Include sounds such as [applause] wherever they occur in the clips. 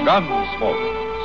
Gunsmoke,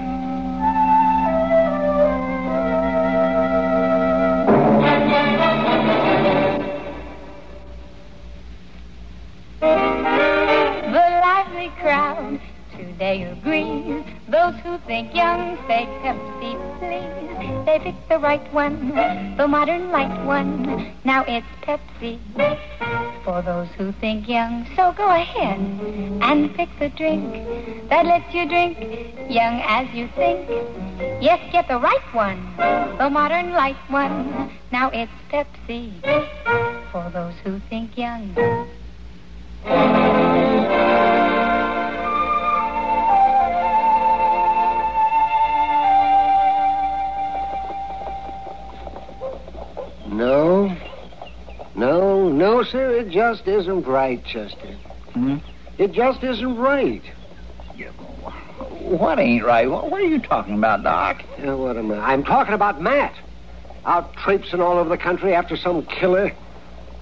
The lively crowd today agrees. Those who think young say Pepsi, please. They picked the right one, the modern light one. Now it's Pepsi. For those who think young, so go ahead and pick the drink that lets you drink young as you think. Yes, get the right one, the modern light one. Now it's Pepsi. For those who think young. No. No, no, sir. It just isn't right, Chester. Hmm? It just isn't right. What ain't right? What, what are you talking about, Doc? Now, what am I? I'm talking about Matt. Out traipsing all over the country after some killer.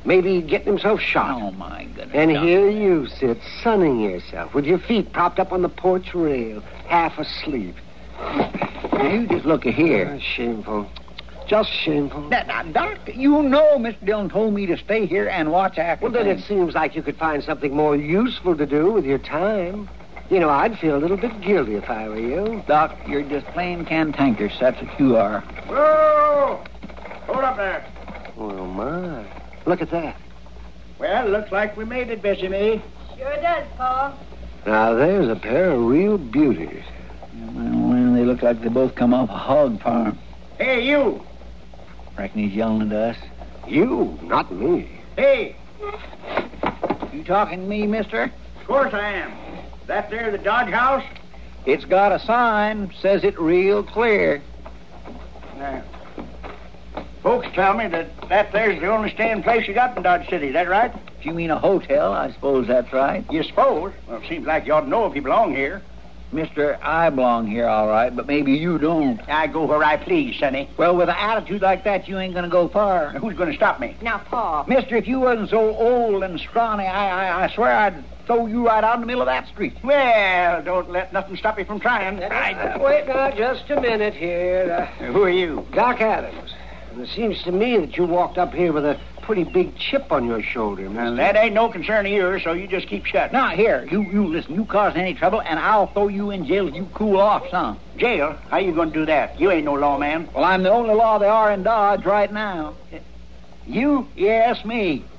Maybe getting himself shot. Oh, my goodness. and Doc. here you sit, sunning yourself, with your feet propped up on the porch rail, half asleep. Now, you just look here. Uh, shameful. Just shameful. Now, now, Doc, you know Mr. Dillon told me to stay here and watch after Well, then it things. seems like you could find something more useful to do with your time. You know, I'd feel a little bit guilty if I were you. Doc, you're just plain cantankerous. That's what you are. Whoa! Hold up there. Well, my. Look at that. Well, looks like we made it, Bessie May. Sure does, Paul. Now, there's a pair of real beauties. Well, they look like they both come off a hog farm. Hey, you! Reckon he's yelling at us. You, not me. Hey! You talking to me, mister? Of course I am. That there, the Dodge House? It's got a sign. Says it real clear. Now, folks tell me that that there's the only staying place you got in Dodge City. Is that right? If you mean a hotel, I suppose that's right. You suppose? Well, seems like you ought to know if you belong here. Mister, I belong here all right, but maybe you don't. I go where I please, Sonny. Well, with an attitude like that, you ain't gonna go far. Now, who's going to stop me? Now, Paul. Mister, if you wasn't so old and scrawny, I, I, I swear I'd throw you right out in the middle of that street. Well, don't let nothing stop you from trying. I- wait now, just a minute here. Who are you? Uh, Doc Adams. And it seems to me that you walked up here with a pretty big chip on your shoulder. Now, mister. that ain't no concern of yours, so you just keep shut. Now, here, you, you listen, you cause any trouble, and I'll throw you in jail if you cool off some. Jail? How you going to do that? You ain't no lawman. Well, I'm the only law there are in Dodge right now. You? Yes, me. [laughs]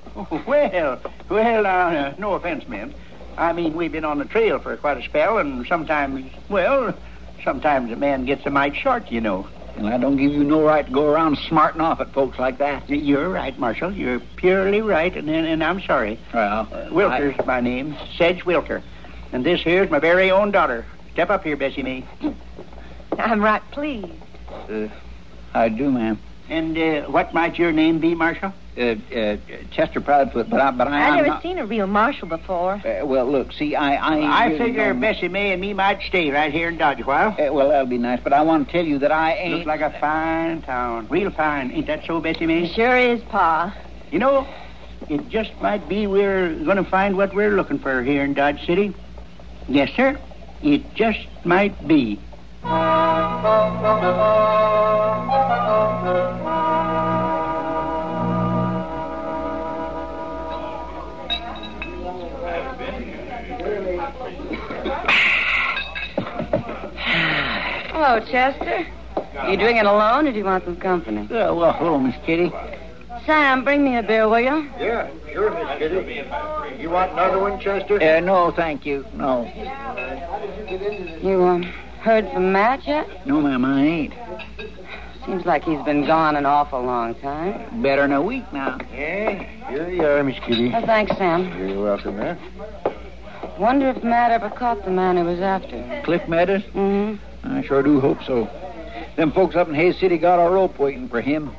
Well, well, uh, no offense, men. I mean, we've been on the trail for quite a spell, and sometimes, well, sometimes a man gets a mite short, you know. And I don't give you no right to go around smarting off at folks like that. You're right, Marshal. You're purely right, and, and, and I'm sorry. Well, Uh, Wilker's my name, Sedge Wilker. And this here's my very own daughter. Step up here, Bessie May. I'm right pleased. I, I do, ma'am. And uh, what might your name be, Marshal? Uh, uh, Chester Proudfoot, but I, but I, I've am never not. seen a real marshal before. Uh, well, look, see, I, I. ain't I really figure no- Bessie May and me might stay right here in Dodge a while. Uh, well, that'll be nice, but I want to tell you that I ain't. Looks like a fine town, real fine. Ain't that so, Bessie May? Sure is, Pa. You know, it just might be we're going to find what we're looking for here in Dodge City. Yes, sir. It just might be. Hello, Chester. You doing it alone, or do you want some company? Uh, well, hello, Miss Kitty. Sam, bring me a beer, will you? Yeah. Sure, Miss Kitty. You want another one, Chester? Uh, no, thank you. No. You um, heard from Matt yet? No, ma'am, I ain't. Seems like he's been gone an awful long time. Better than a week now. Yeah, here you are, Miss Kitty. Oh, thanks, Sam. You're welcome, huh? Wonder if Matt ever caught the man he was after. Cliff Meadows? Mm-hmm. I sure do hope so. Them folks up in Hayes City got a rope waiting for him.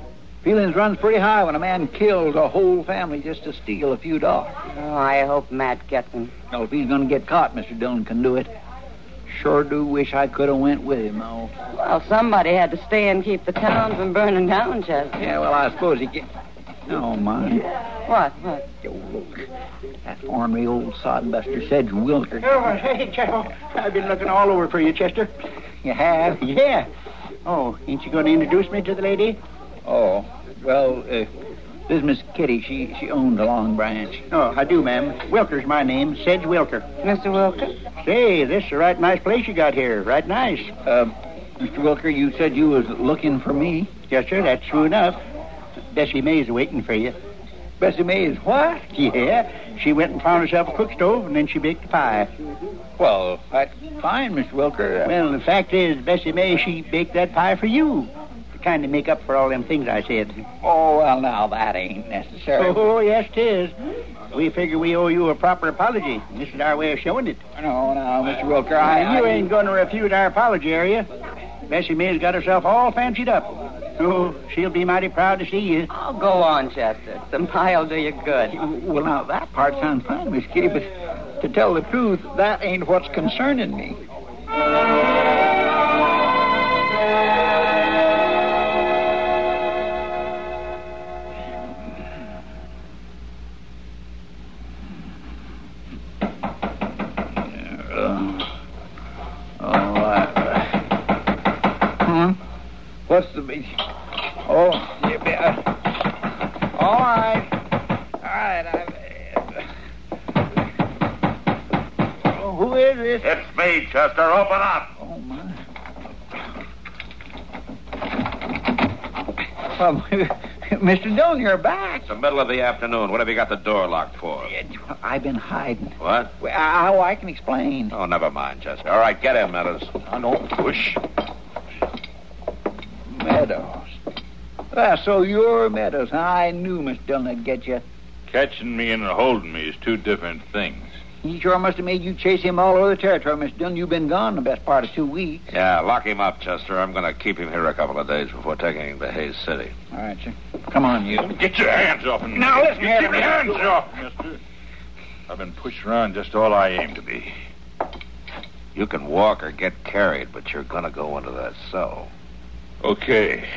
Feelings runs pretty high when a man kills a whole family just to steal a few dollars. Oh, I hope Matt gets him. Well, if he's going to get caught, Mr. Dillon can do it. Sure do wish I could have went with him, though. Well, somebody had to stay and keep the town from burning down, Chester. Yeah, well, I suppose he get. Oh, my. What? What? Oh, look. That ornery old sodbuster Sedge Wilker. Oh, hey, Chester. I've been looking all over for you, Chester. You have? Yeah. Oh, ain't you going to introduce me to the lady? Oh, well, uh, this Miss Kitty, she, she owns the Long Branch. Oh, I do, ma'am. Wilker's my name, Sedge Wilker. Mr. Wilkins? Say, this is a right nice place you got here. Right nice. Um, Mr. Wilker, you said you was looking for me. Yes, sir, that's true enough. Bessie May's waiting for you. Bessie May is what? Yeah, she went and found herself a cook stove, and then she baked a pie. Well, that's fine, Mr. Wilker. Well, the fact is, Bessie May, she baked that pie for you. To kind of make up for all them things I said. Oh, well, now, that ain't necessary. Oh, yes, 'tis. We figure we owe you a proper apology. This is our way of showing it. No, no, Mr. Wilker, I... Now, you I- ain't going to refute our apology, are you? Bessie May's got herself all fancied up. Oh, she'll be mighty proud to see you. Oh, go on, Chester. The pie'll do you good. Well, now, that part sounds fine, Miss Kitty, but to tell the truth, that ain't what's concerning me. Oh, I... Hmm? What's the big... Oh, yeah, yeah. all right. All right, I've... Oh, who is this? It's me, Chester. Open up. Oh, my. Well, [laughs] Mr. Dillon, you're back. It's the middle of the afternoon. What have you got the door locked for? I've been hiding. What? Well, I, I can explain. Oh, never mind, Chester. All right, get him, Meadows. I don't push. Meadows. Ah, so you're Meadows. huh? I knew Miss Dillon would get you. Catching me and holding me is two different things. He sure must have made you chase him all over the territory, Miss Dillon. You've been gone the best part of two weeks. Yeah, lock him up, Chester. I'm going to keep him here a couple of days before taking him to Hayes City. All right, sir. Come on, you. Get your hands off me. Now, listen here, Get your Mr. hands off, mister. I've been pushed around just all I aim to be. You can walk or get carried, but you're going to go into that cell. Okay.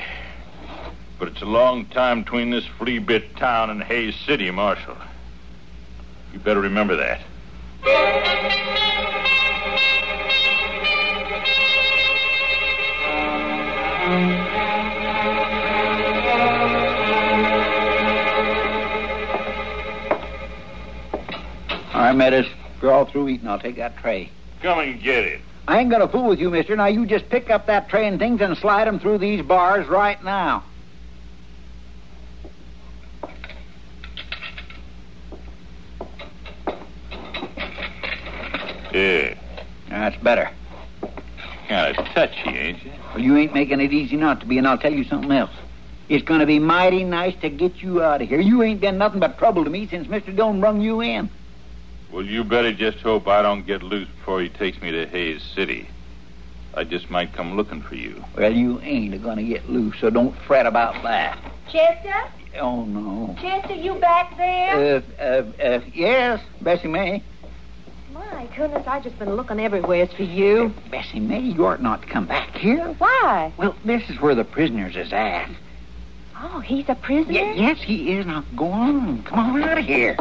But it's a long time between this flea bit town and Hayes City, Marshal. You better remember that. All right, Meadows. You're all through eating. I'll take that tray. Come and get it. I ain't gonna fool with you, mister. Now you just pick up that tray and things and slide 'em through these bars right now. Yeah. That's better. Kind of touchy, ain't you? Well, you ain't making it easy not to be, and I'll tell you something else. It's gonna be mighty nice to get you out of here. You ain't been nothing but trouble to me since Mr. Doan brung you in. Well, you better just hope I don't get loose before he takes me to Hayes City. I just might come looking for you. Well, you ain't a gonna get loose, so don't fret about that. Chester? Oh no. Chester, you back there? Uh, uh, uh, yes, Bessie May. My goodness, I've just been looking everywhere for you. Uh, Bessie May, you ought not to come back here. Why? Well, this is where the prisoners is at. Oh, he's a prisoner? Ye- yes, he is. Now go on. Come on out of here.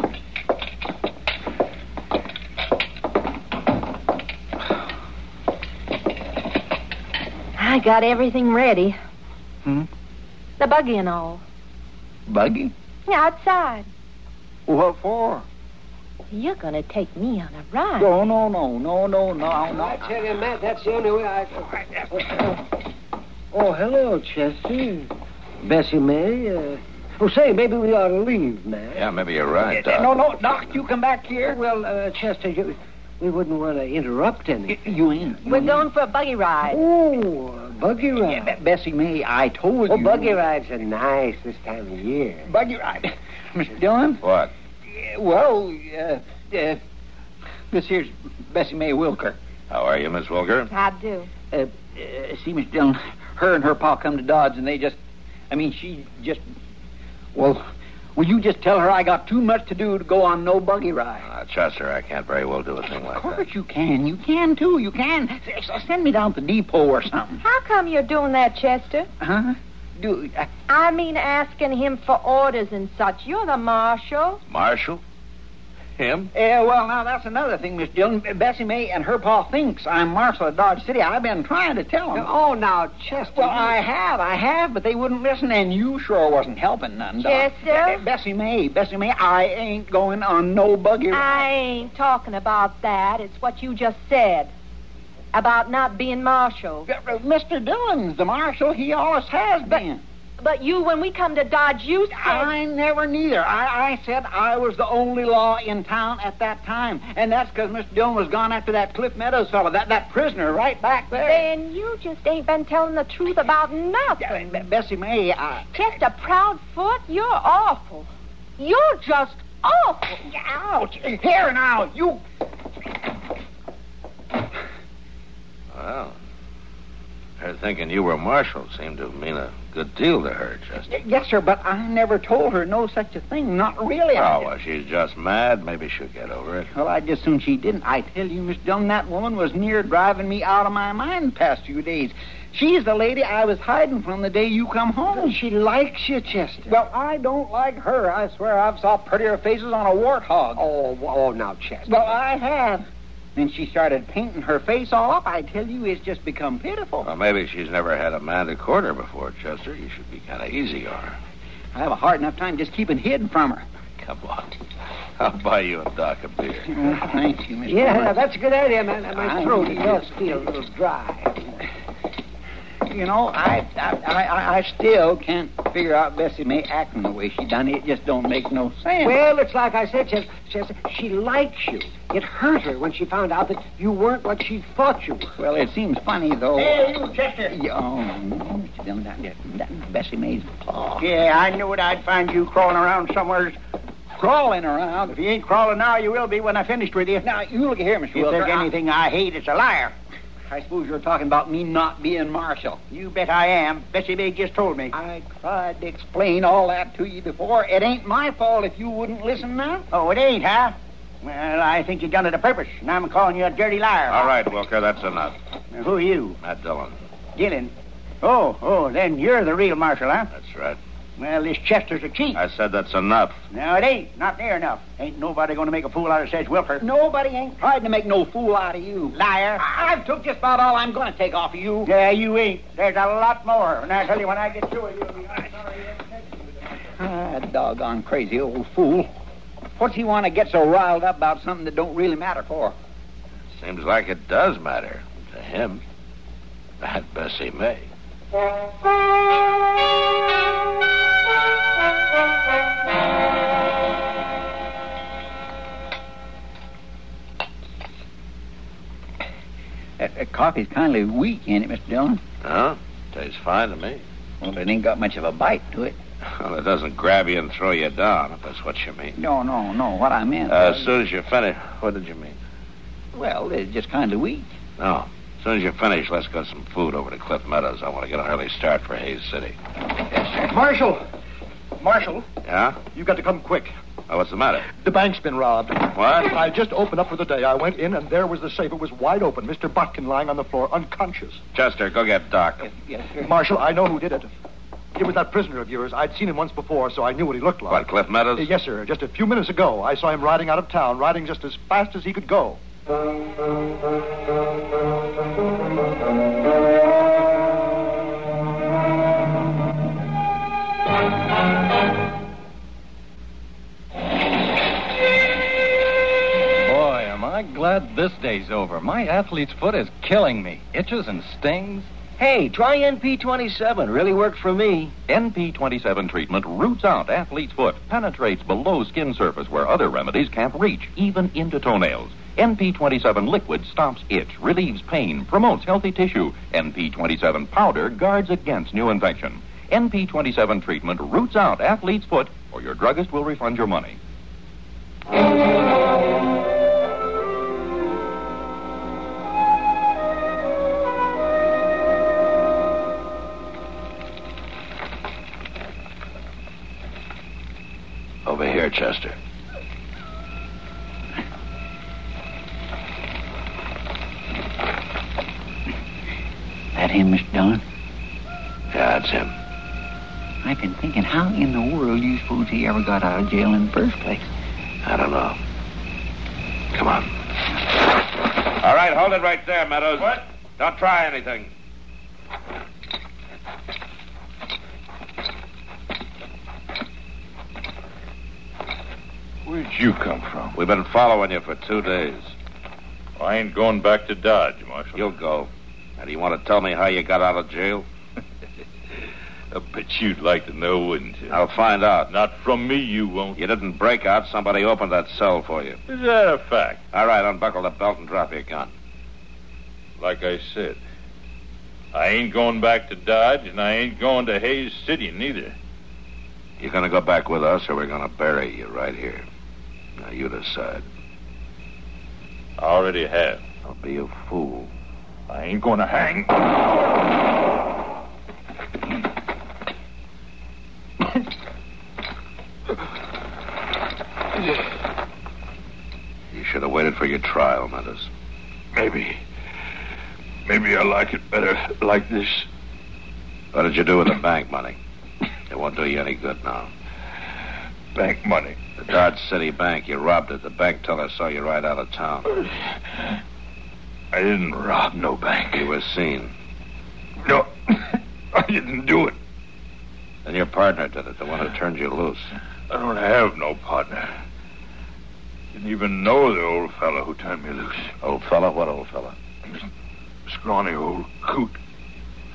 I got everything ready. Hmm? The buggy and all. Buggy? Outside. What for? You're going to take me on a ride. No, no, no, no, no, no, I no. tell you, Matt, that's the only way [laughs] I. Oh, hello, Chester. Bessie May. Uh, Well, say, maybe we ought to leave, Matt. Yeah, maybe you're right, Doc. No, no, Doc, you come back here. Well, uh, Chester, you, we wouldn't want to interrupt any. You in? We're going for a buggy ride. Oh, a buggy ride. Be- Bessie May, I told oh, you. buggy rides are nice this time of year. Buggy ride. [laughs] Mr. Dillon? What? Yeah, Well, uh, uh, this here's Bessie May Wilker. How are you, Miss Wilker? I do. Uh, uh, see, Mr. Dillon, her and her pa come to Dodge, and they just, I mean, she just, well, will you just tell her I got too much to do to go on no buggy ride? Uh, Chester, I can't very well do a thing Of like that. course you can. You can, too. You can. S- s- Send me down to the depot or something. How come you're doing that, Chester? Huh? Do, uh, I mean, asking him for orders and such. You're the marshal. Marshal? Him? Yeah, eh, well, now that's another thing, Miss Dillon. Bessie May and her pa thinks I'm marshal of Dodge City. I've been trying to tell them. Oh, now, Chester. Well, I have, I have, but they wouldn't listen, and you sure wasn't helping none, Doc. Chester? Uh, Bessie May, Bessie May, I ain't going on no I buggy ride. ain't talking about that. It's what you just said about not being marshal. Uh, uh, Mr. Dillon's the marshal. He always has been. But you, when we come to Dodge, you said. I never neither. I, I said I was the only law in town at that time, and that's because Mr. Dillon was gone after that Cliff Meadows fellow, that, that prisoner right back there. Then you just ain't been telling the truth about Yeah, nothing. Be- Bessie May, I... Chester Proudfoot, you're awful. You're just awful. Ouch! Here now, you... Well, her thinking you were Marshal seemed to mean a good deal to her, Chester. Yes, sir, but I never told her no such a thing. Not really. I Oh, didn't. well, she's just mad. Maybe she'll get over it. Well, I just soon she didn't. I tell you, Miss Dillon, that woman was near driving me out of my mind the past few days. She's the lady I was hiding from the day you come home. She likes you, Chester. Well, I don't like her. I swear I've saw prettier faces on a warthog. Oh, oh, now, Chester. Well, I have. Then she started painting her face all up. I tell you, it's just become pitiful. Well, maybe she's never had a man to court her before, Chester. You should be kind of easy on her. I have a hard enough time just keeping hidden from [laughs] her. Come on. [laughs] I'll buy you and Doc a beer. Oh, thank you, Miss Dillon. yeah, that's a good idea, man. My I- throat does feel a little dry. You know, I, I, I, I still can't figure out Bessie May acting the way she done. It just don't make no sense. Well, it's like I said, Chester. Chester, she likes you. It hurt her when she found out that you weren't what she thought you were. well, it seems funny though. Hey, you, Chester. Yeah, Oh, no, Mr. Dillon, that, that- that Bessie May's paw. Yeah, I knew it. I'd find you crawling around somewhere. Crawling around. If you ain't crawling now, you will be when I finished with you. Now, you look here, Mr. If Wilker. there's anything I hate, it's a liar. I, I suppose you're talking about me not being Marshal. You bet I am. Bessie May just told me. I tried to explain all that to you before. It ain't my fault if you wouldn't listen now. Oh, it ain't, huh? Well, I think you done it a purpose, and I'm calling you a dirty liar. All right, Wilker, that's enough. Now, who are you? Oh. Matt Dillon. Dillon. Oh, oh, then you're the real marshal, huh? That's right. Well, this Chester's a cheat. I said that's enough. No, it ain't. Not near enough. Ain't nobody gonna make a fool out of Sedge Wilfer. Nobody ain't tried to make no fool out of you. Liar. I've took just about all I'm going to take off of you. Yeah, you ain't. There's a lot more. And I tell you, when I get through with you, will be right. Ah, doggone crazy old fool. What's he want to get so riled up about something that don't really matter for? Seems like it does matter to him. That Bessie May. That, that coffee's kind of weak, ain't it, Mr. Dillon? Huh? Tastes fine to me. [laughs] Well, it ain't got much of a bite to it. Well, it doesn't grab you and throw you down, if that's what you mean. No, no, no. What I meant. Uh, as was- soon as you finish, what did you mean? well, it's just kind of weak. No. As soon as you finish, let's get some food over to Cliff Meadows. I want to get an early start for Hayes City. Marshal! Marshal, Yeah? you got to come quick. Well, what's the matter? The bank's been robbed. What? I just opened up for the day. I went in, and there was the safe. It was wide open. Mr. Botkin lying on the floor, unconscious. Chester, go get Doc. Yes, sir. Marshal, I know who did it. It was that prisoner of yours. I'd seen him once before, so I knew what he looked What, like. Cliff Uh, Meadows? yes, sir. Just a few minutes ago, I saw him riding out of town, riding just as fast as he could go. Boy, am I glad this day's over. My athlete's foot is killing me. Itches and stings. Hey, try NP27. Really worked for me. NP27 treatment roots out athlete's foot, penetrates below skin surface where other remedies can't reach, even into toenails. NP27 liquid stops itch, relieves pain, promotes healthy tissue. NP27 powder guards against new infection. NP27 treatment roots out athlete's foot, or your druggist will refund your money. Over here, Chester. That him, Mr. Dillon? Yeah, it's him. I've been thinking, how in the world you suppose he ever got out of jail in the first place? I don't know. Come on. All right, hold it right there, Meadows. What? Don't try anything. Where'd you come from? We've been following you for two days. I ain't going back to Dodge, Marshal. You'll go. Now, do you want to tell me how you got out of jail? But you'd like to know, wouldn't you? I'll find out. Not from me, you won't. You didn't break out. Somebody opened that cell for you. Is that a fact? All right, unbuckle the belt and drop your gun. Like I said, I ain't going back to Dodge, and I ain't going to Hayes City neither. You're going to go back with us, or we're going to bury you right here. Now, you decide. I already have. Don't be a fool. I ain't going to hang. You should have waited for your trial, Meadows. Maybe. Maybe I like it better like this. What did you do with the bank money? It won't do you any good now. Bank money. The Dodge City Bank, you robbed it. The bank teller saw you right out of [sighs] town. I didn't rob no bank. You were seen. No, [laughs] I didn't do it. And your partner did it, the one who turned you loose. I don't have no partner. Didn't even know the old fellow who turned me loose. Old fella? What old fella? Scrawny old coot.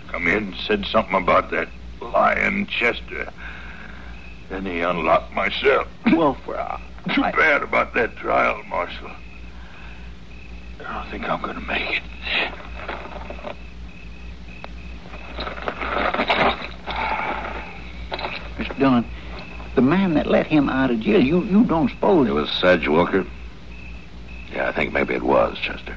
Come in and said something about that lion Chester. Then he unlocked my cell. Well, for Too bad about that trial, Marshal. I don't think I'm going to make it. Mr. Dillon, the man that let him out of jail, you, you don't suppose... It was Sedge Wilker? Yeah, I think maybe it was, Chester.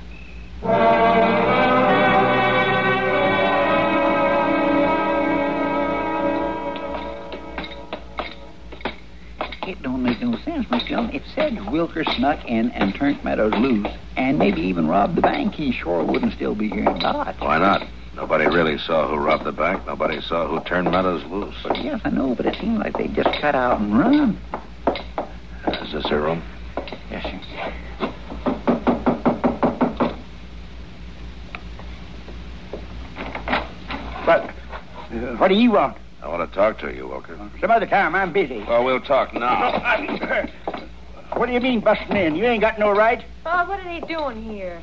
It don't make no sense, Mr. Dillon. If Sedge Wilker snuck in and turned Meadows loose, and maybe even robbed the bank, he sure wouldn't still be here in Dodge. Why not? Nobody really saw who robbed the bank. Nobody saw who turned Meadows loose. Yes, I know, but it seems like they just cut out and run. Is this your room? Yes, sir. But uh, what do you want? I want to talk to you, Wilker. Some other time. I'm busy. Well, we'll talk now. What do you mean busting in? You ain't got no right. Bob, what are they doing here?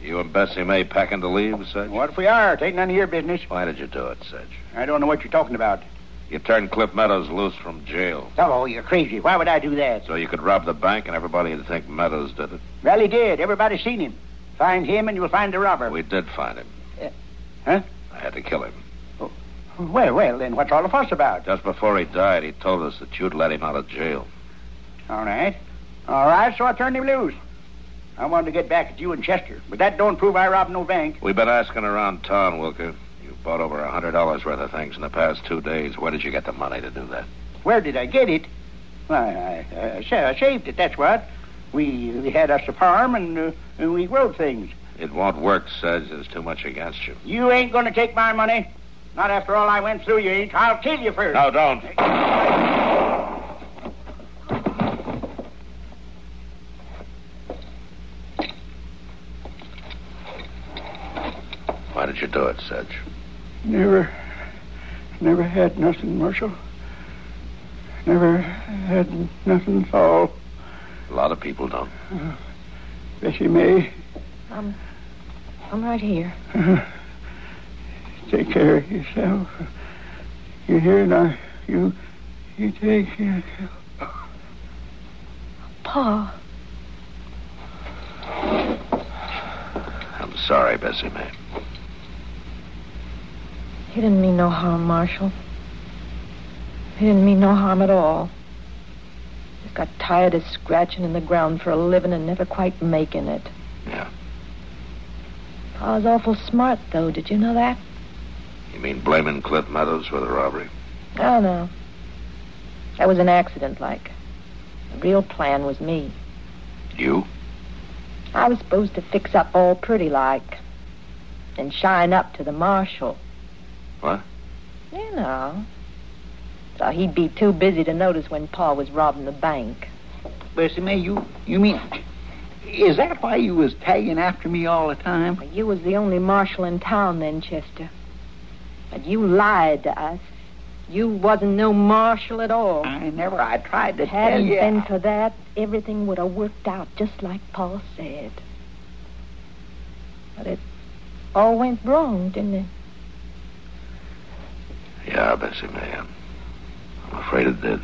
You and Bessie May packing to leave, Sedge? What if we are? It ain't none of your business. Why did you do it, Sedge? I don't know what you're talking about. You turned Cliff Meadows loose from jail. Oh, you're crazy. Why would I do that? So you could rob the bank and everybody would think Meadows did it. Well, he did. Everybody seen him. Find him and you'll find the robber. We did find him. Uh, huh? I had to kill him. Well, well, then what's all the fuss about? Just before he died, he told us that you'd let him out of jail. All right. All right, so I turned him loose. I wanted to get back at you and Chester, but that don't prove I robbed no bank. We've been asking around town, Wilker. You bought over a hundred dollars worth of things in the past two days. Where did you get the money to do that? Where did I get it? Why, I, I, I, sa- I saved it, that's what. We, we had us a farm and, uh, and we growed things. It won't work, Sedge. There's too much against you. You ain't going to take my money. Not after all I went through, you ain't. I'll kill you first. No, don't. Why did you do it, Sedge? Never, never had nothing, Marshal. Never had nothing at all. A lot of people don't. Bessie May, I'm, I'm right here. [laughs] Take care of yourself. You hear now? You, you take care of yourself. Pa. I'm sorry, Bessie, ma'am. He didn't mean no harm, Marshal. He didn't mean no harm at all. Just got tired of scratching in the ground for a living and never quite making it. Yeah. Pa's awful smart, though. Did you know that? You mean blaming Cliff Meadows for the robbery? Oh, no. That was an accident, like. The real plan was me. You? I was supposed to fix up all pretty, like, and shine up to the marshal. What? You know. So he'd be too busy to notice when Pa was robbing the bank. Bessie May, you you mean is that why you was tagging after me all the time? You was the only marshal in town then, Chester. But you lied to us. You wasn't no marshal at all. I never. I tried to tell Hadn't you. been for that, everything would have worked out just like Pa said. But it all went wrong, didn't it? Yeah, Bessie, ma'am. I'm afraid it did.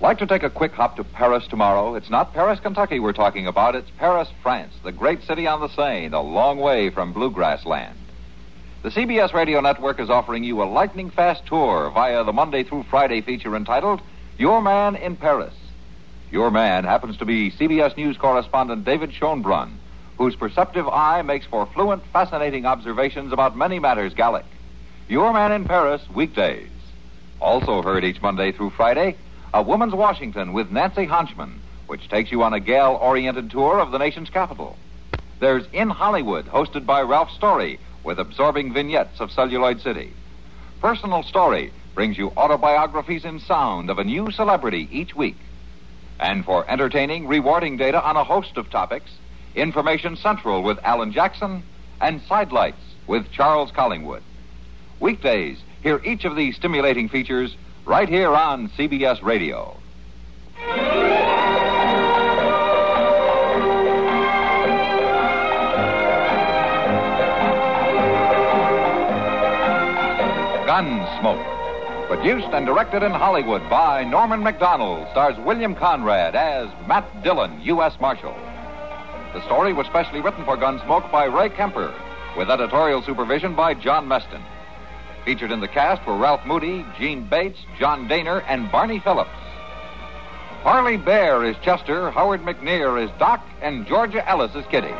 Like to take a quick hop to Paris tomorrow? It's not Paris, Kentucky we're talking about. It's Paris, France, the great city on the Seine, a long way from bluegrass land. The CBS Radio Network is offering you a lightning fast tour via the Monday through Friday feature entitled Your Man in Paris. Your man happens to be CBS News correspondent David Schoenbrunn, whose perceptive eye makes for fluent, fascinating observations about many matters Gallic. Your Man in Paris, weekdays. Also heard each Monday through Friday, a Woman's Washington with Nancy Honchman, which takes you on a gal oriented tour of the nation's capital. There's In Hollywood, hosted by Ralph Story, with absorbing vignettes of Celluloid City. Personal Story brings you autobiographies in sound of a new celebrity each week. And for entertaining, rewarding data on a host of topics, Information Central with Alan Jackson and Sidelights with Charles Collingwood. Weekdays, hear each of these stimulating features right here on CBS Radio. Gunsmoke, produced and directed in Hollywood by Norman McDonald, stars William Conrad as Matt Dillon, U.S. Marshal. The story was specially written for Gunsmoke by Ray Kemper, with editorial supervision by John Meston. Featured in the cast were Ralph Moody, Gene Bates, John Daner, and Barney Phillips. Harley Bear is Chester, Howard McNear is Doc, and Georgia Ellis is Kitty.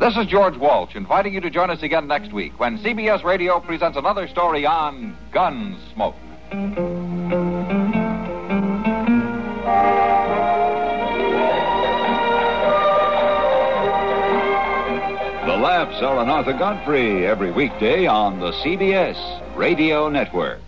This is George Walsh inviting you to join us again next week when CBS Radio presents another story on Gunsmoke. The laughs are on Arthur Godfrey every weekday on the CBS Radio Network.